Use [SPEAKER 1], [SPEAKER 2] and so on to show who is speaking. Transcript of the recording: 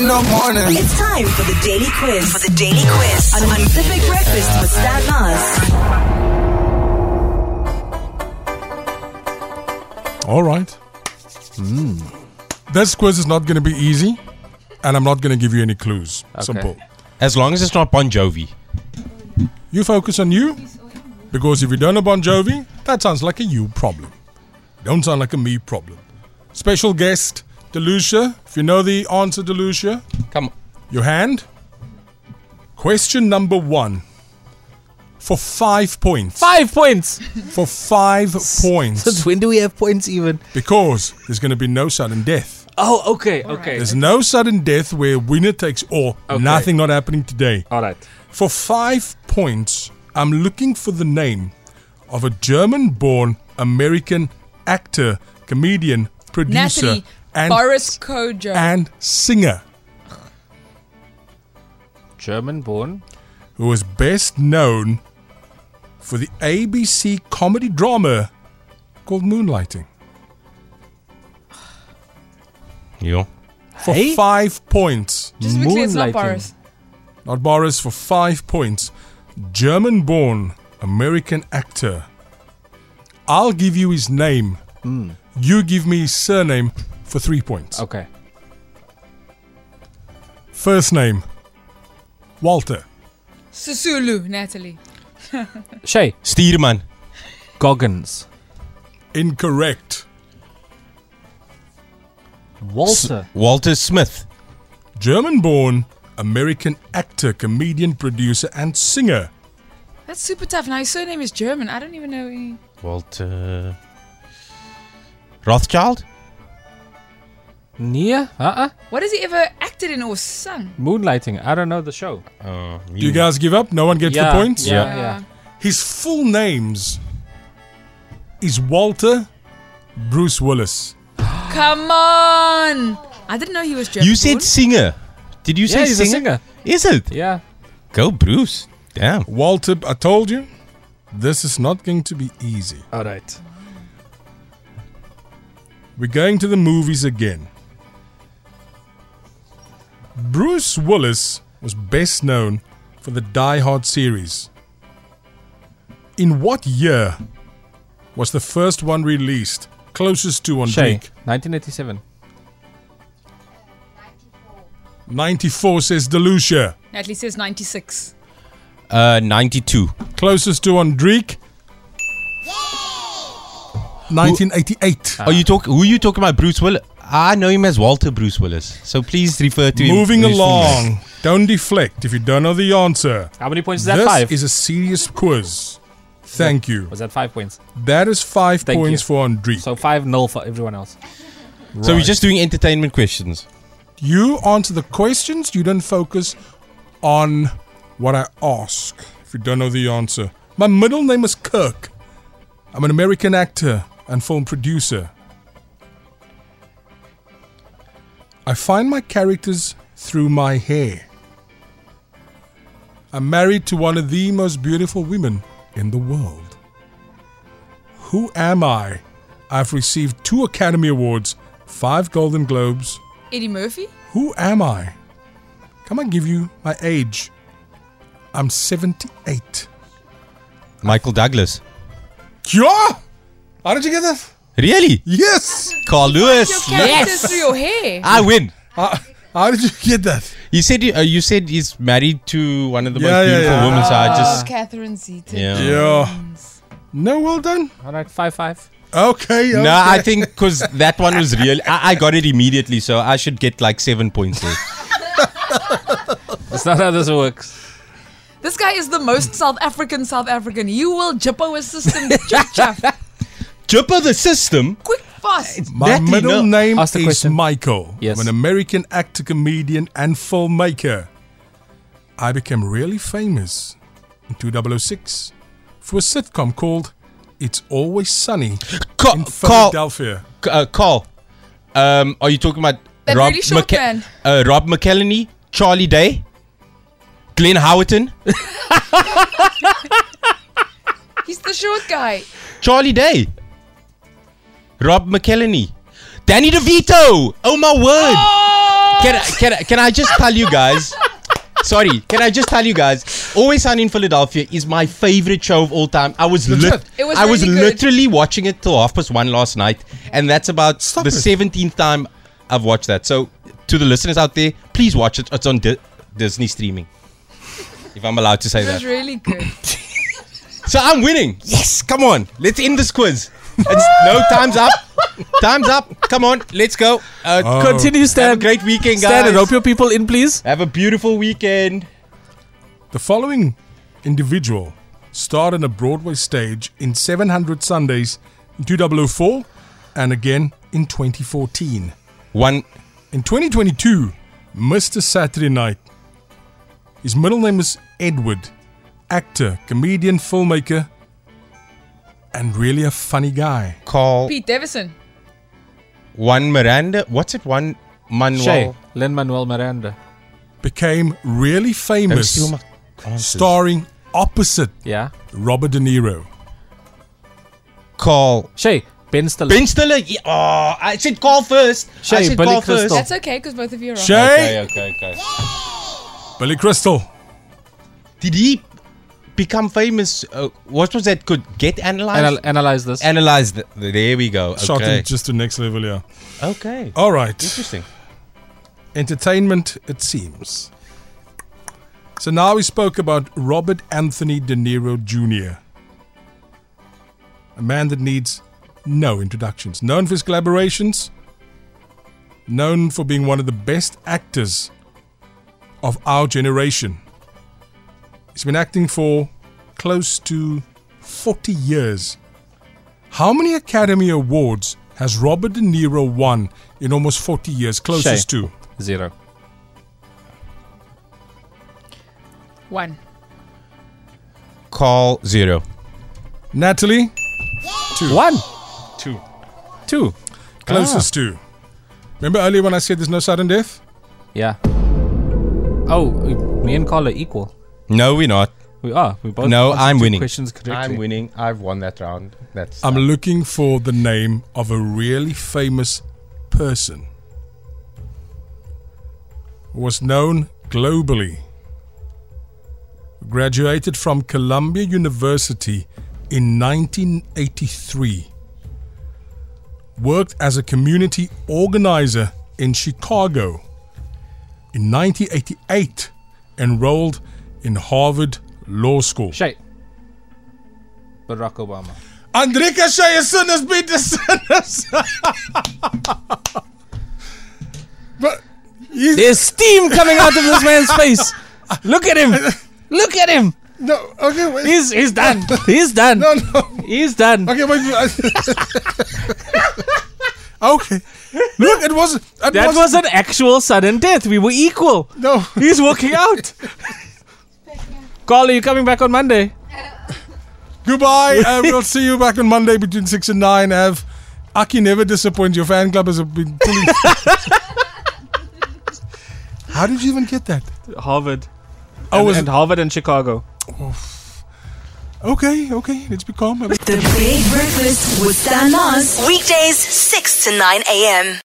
[SPEAKER 1] in the morning.
[SPEAKER 2] It's time for the daily quiz. For the daily quiz on Pacific Breakfast with Stan Mars.
[SPEAKER 3] All right. Hmm. This quiz is not going to be easy, and I'm not going to give you any clues. Simple.
[SPEAKER 4] As long as it's not Bon Jovi.
[SPEAKER 3] You focus on you, because if you don't know Bon Jovi, that sounds like a you problem. Don't sound like a me problem. Special guest, Delucia. If you know the answer, Delucia,
[SPEAKER 4] Come on.
[SPEAKER 3] your hand. Question number one. For five points.
[SPEAKER 5] Five points.
[SPEAKER 3] For five points.
[SPEAKER 5] Since when do we have points even?
[SPEAKER 3] Because there's going to be no sudden death.
[SPEAKER 5] Oh, okay, okay.
[SPEAKER 3] There's no sudden death where winner takes all.
[SPEAKER 5] Okay.
[SPEAKER 3] Nothing not happening today.
[SPEAKER 5] All right.
[SPEAKER 3] For five points, I'm looking for the name of a German born American actor, comedian, producer,
[SPEAKER 6] Natalie
[SPEAKER 3] and,
[SPEAKER 6] Boris Kojo.
[SPEAKER 3] and singer
[SPEAKER 5] German born.
[SPEAKER 3] who is best known for the ABC comedy drama called Moonlighting.
[SPEAKER 4] Yeah.
[SPEAKER 3] For
[SPEAKER 5] Hey?
[SPEAKER 3] five points.
[SPEAKER 6] Just to be clear, it's not
[SPEAKER 5] Moonlighting.
[SPEAKER 6] Boris.
[SPEAKER 3] Not Boris for five points. German born American actor. I'll give you his name. You give me his surname for three points.
[SPEAKER 5] Okay.
[SPEAKER 3] First name Walter.
[SPEAKER 6] Susulu, Natalie.
[SPEAKER 5] Shay.
[SPEAKER 4] Steerman.
[SPEAKER 5] Goggins.
[SPEAKER 3] Incorrect.
[SPEAKER 5] Walter.
[SPEAKER 4] Walter Smith.
[SPEAKER 3] German born American actor, comedian, producer, and singer.
[SPEAKER 6] That's super tough. Now his surname is German. I don't even know. He...
[SPEAKER 4] Walter. Rothschild?
[SPEAKER 5] Nia? Uh-uh.
[SPEAKER 6] What has he ever acted in or sung?
[SPEAKER 5] Moonlighting. I don't know the show.
[SPEAKER 4] Uh,
[SPEAKER 3] Do you guys give up? No one gets
[SPEAKER 5] yeah,
[SPEAKER 3] the points?
[SPEAKER 5] Yeah,
[SPEAKER 6] Uh,
[SPEAKER 5] yeah.
[SPEAKER 3] His full names is Walter Bruce Willis.
[SPEAKER 6] Uh, Come on! I didn't know he was German.
[SPEAKER 4] You said singer. Did you say
[SPEAKER 5] Yeah, he's a
[SPEAKER 4] singer?
[SPEAKER 5] singer.
[SPEAKER 4] Is it?
[SPEAKER 5] Yeah.
[SPEAKER 4] Go Bruce. Damn.
[SPEAKER 3] Walter, I told you, this is not going to be easy.
[SPEAKER 5] All right.
[SPEAKER 3] We're going to the movies again. Bruce Willis was best known for the Die Hard series. In what year was the first one released? Closest to on
[SPEAKER 5] Shay.
[SPEAKER 3] Greek.
[SPEAKER 5] 1987.
[SPEAKER 3] 94 says Delucia.
[SPEAKER 6] Natalie says 96.
[SPEAKER 4] Uh, 92.
[SPEAKER 3] Closest to on Greek. 1988.
[SPEAKER 4] Are you talk? Who you talking about? Bruce Willis? I know him as Walter Bruce Willis. So please refer to him.
[SPEAKER 3] Moving
[SPEAKER 4] Bruce Willis.
[SPEAKER 3] along. Don't deflect if you don't know the answer.
[SPEAKER 5] How many points is that?
[SPEAKER 3] this
[SPEAKER 5] five.
[SPEAKER 3] is a serious quiz. Thank you.
[SPEAKER 5] Was that five points?
[SPEAKER 3] That is five
[SPEAKER 5] Thank
[SPEAKER 3] points
[SPEAKER 5] you.
[SPEAKER 3] for Andre.
[SPEAKER 5] So five nil for everyone else.
[SPEAKER 4] So we're just doing entertainment questions.
[SPEAKER 3] you answer the questions. You don't focus on what I ask. If you don't know the answer, my middle name is Kirk. I'm an American actor and film producer. I find my characters through my hair. I'm married to one of the most beautiful women in the world. Who am I? I've received two Academy Awards, five Golden Globes,
[SPEAKER 6] Eddie Murphy?
[SPEAKER 3] who am I? Come and give you my age. I'm 78.
[SPEAKER 4] Michael Douglas.
[SPEAKER 3] Yeah! How did you get that?
[SPEAKER 4] Really?
[SPEAKER 3] Yes!
[SPEAKER 4] Carl Lewis.
[SPEAKER 6] Your characters through your hair.
[SPEAKER 4] I win.
[SPEAKER 3] How, how did you get that?
[SPEAKER 4] You said you, uh, you said he's married to one of the
[SPEAKER 3] Yeah,
[SPEAKER 4] most
[SPEAKER 3] yeah,
[SPEAKER 4] beautiful
[SPEAKER 3] yeah.
[SPEAKER 4] women. So I
[SPEAKER 6] Oh,
[SPEAKER 4] just
[SPEAKER 6] Catherine Zeta.
[SPEAKER 4] yeah.
[SPEAKER 3] Yeah. No, well done.
[SPEAKER 5] All right, five five.
[SPEAKER 3] Ah, Okay. okay.
[SPEAKER 4] No, I think because that one was real. I, I got it immediately, so I should get like seven points there.
[SPEAKER 5] That's not how this works.
[SPEAKER 6] This guy is the most South African South African. You will jippo his system. Jip, jap.
[SPEAKER 4] Jumper the system.
[SPEAKER 6] Quick, fast.
[SPEAKER 3] my
[SPEAKER 4] That you
[SPEAKER 3] middle
[SPEAKER 4] know.
[SPEAKER 3] name is
[SPEAKER 5] Ask the question.
[SPEAKER 3] Michael.
[SPEAKER 5] Yes.
[SPEAKER 3] I'm an American actor, comedian, and filmmaker. I became really famous in 2006 for a sitcom called It's Always Sunny
[SPEAKER 4] Ca-
[SPEAKER 3] in
[SPEAKER 4] Carl.
[SPEAKER 3] Philadelphia.
[SPEAKER 4] Uh, Carl. Um, are you talking about
[SPEAKER 6] That
[SPEAKER 4] Rob
[SPEAKER 6] really short man.
[SPEAKER 4] Uh, Rob McElhenney, Charlie Day, Glenn Howerton,
[SPEAKER 6] He's the short guy.
[SPEAKER 4] Charlie Day, Rob McElhenney, Danny DeVito. Oh my word! Can, I- can, I- can I just tell you guys? Sorry, can I just tell you guys? Always Sunny in Philadelphia is my favorite show of all time. I was lit.
[SPEAKER 6] It was
[SPEAKER 4] I was
[SPEAKER 6] really good.
[SPEAKER 4] literally watching it till half past one last night, and that's about
[SPEAKER 3] Stop
[SPEAKER 4] the
[SPEAKER 3] it.
[SPEAKER 4] seventeenth time I've watched that. So, to the listeners out there, please watch it. It's on Di- Disney streaming. If I'm allowed to say
[SPEAKER 6] It
[SPEAKER 4] that.
[SPEAKER 6] was really good.
[SPEAKER 4] So I'm winning. Yes, come on. Let's end this quiz. It's no time's up. Time's up. Come on, let's go. Uh,
[SPEAKER 5] Continue,
[SPEAKER 4] Have a
[SPEAKER 5] Stan.
[SPEAKER 4] great weekend, guys.
[SPEAKER 5] Stan, and rope your people in, please.
[SPEAKER 4] Have a beautiful weekend.
[SPEAKER 3] The following individual starred on a Broadway stage in 700 Sundays in 2004 and again in 2014.
[SPEAKER 4] One.
[SPEAKER 3] In 2022, Mr. Saturday Night. His middle name is Edward, actor, comedian, filmmaker, and really a funny guy.
[SPEAKER 4] Call
[SPEAKER 6] Pete Davidson.
[SPEAKER 4] one Miranda. What's it? One Manuel.
[SPEAKER 5] Shay, Lin Manuel Miranda.
[SPEAKER 3] Became really
[SPEAKER 4] Don't
[SPEAKER 3] famous,
[SPEAKER 4] steal my answers.
[SPEAKER 3] starring opposite
[SPEAKER 5] Yeah.
[SPEAKER 3] Robert De Niro.
[SPEAKER 4] Call
[SPEAKER 5] Shay, Ben Stiller.
[SPEAKER 4] Ben Stiller. Yeah, Oh, I said call first. I
[SPEAKER 5] Shay,
[SPEAKER 4] said
[SPEAKER 5] Billy
[SPEAKER 4] call
[SPEAKER 5] Crystal.
[SPEAKER 4] first.
[SPEAKER 6] That's okay because both of you are wrong.
[SPEAKER 3] Shay,
[SPEAKER 4] Okay, okay, okay.
[SPEAKER 3] Billy Crystal.
[SPEAKER 4] Did he become famous? Uh, what was that? Could get analyzed.
[SPEAKER 5] Anal- analyze this.
[SPEAKER 4] Analyze. th- there we go.
[SPEAKER 3] Shot
[SPEAKER 4] Okay.
[SPEAKER 3] him just to next level, yeah.
[SPEAKER 4] okay.
[SPEAKER 3] All right.
[SPEAKER 4] Interesting.
[SPEAKER 3] Entertainment, it seems. So now we spoke about Robert Anthony De Niro Jr., a man that needs no introductions. Known for his collaborations, known for being one of the best actors of our generation. He's been acting for close to 40 years. How many Academy Awards has Robert De Niro won in almost 40 years? Closest
[SPEAKER 5] Shay.
[SPEAKER 3] to.
[SPEAKER 5] Zero.
[SPEAKER 6] One.
[SPEAKER 4] Call zero.
[SPEAKER 3] Natalie,
[SPEAKER 5] One.
[SPEAKER 4] Two.
[SPEAKER 5] Two.
[SPEAKER 3] closest to. Remember earlier when I said there's no sudden death?
[SPEAKER 5] Yeah. Oh, uh, me and Carl are equal.
[SPEAKER 4] No, we're not.
[SPEAKER 5] We are. We both
[SPEAKER 4] No,
[SPEAKER 5] answered
[SPEAKER 4] I'm
[SPEAKER 5] two
[SPEAKER 4] winning.
[SPEAKER 5] questions correctly.
[SPEAKER 4] I'm winning. I've won that round. That's
[SPEAKER 3] I'm looking for the name of a really famous person who was known globally. Graduated from Columbia University in 1983. Worked as a community organizer in Chicago. In 1988, enrolled in Harvard Law School.
[SPEAKER 5] Shay. Barack Obama.
[SPEAKER 3] Andrika Shea Sinners beat the Sinners. but he's,
[SPEAKER 5] There's steam coming out of this man's face. Look at him. Look at him.
[SPEAKER 3] no, okay, wait.
[SPEAKER 5] He's he's done. He's done.
[SPEAKER 3] no, no.
[SPEAKER 5] He's done.
[SPEAKER 3] Okay, wait. okay. Look, it was. It
[SPEAKER 5] That
[SPEAKER 3] was,
[SPEAKER 5] was an actual sudden death. We were equal.
[SPEAKER 3] no.
[SPEAKER 5] He's walking out. Carl, are you coming back on Monday?
[SPEAKER 3] Goodbye. Uh, we'll see you back on Monday between six and nine. Have Aki never disappoints. Your fan club has been pulling. How did you even get that?
[SPEAKER 5] Harvard.
[SPEAKER 3] Oh,
[SPEAKER 5] and,
[SPEAKER 3] was
[SPEAKER 5] and
[SPEAKER 3] it-
[SPEAKER 5] Harvard and Chicago.
[SPEAKER 3] Okay, okay. Let's be calm.
[SPEAKER 2] The Big Breakfast with Stan Mars. Weekdays, 6 to 9 a.m.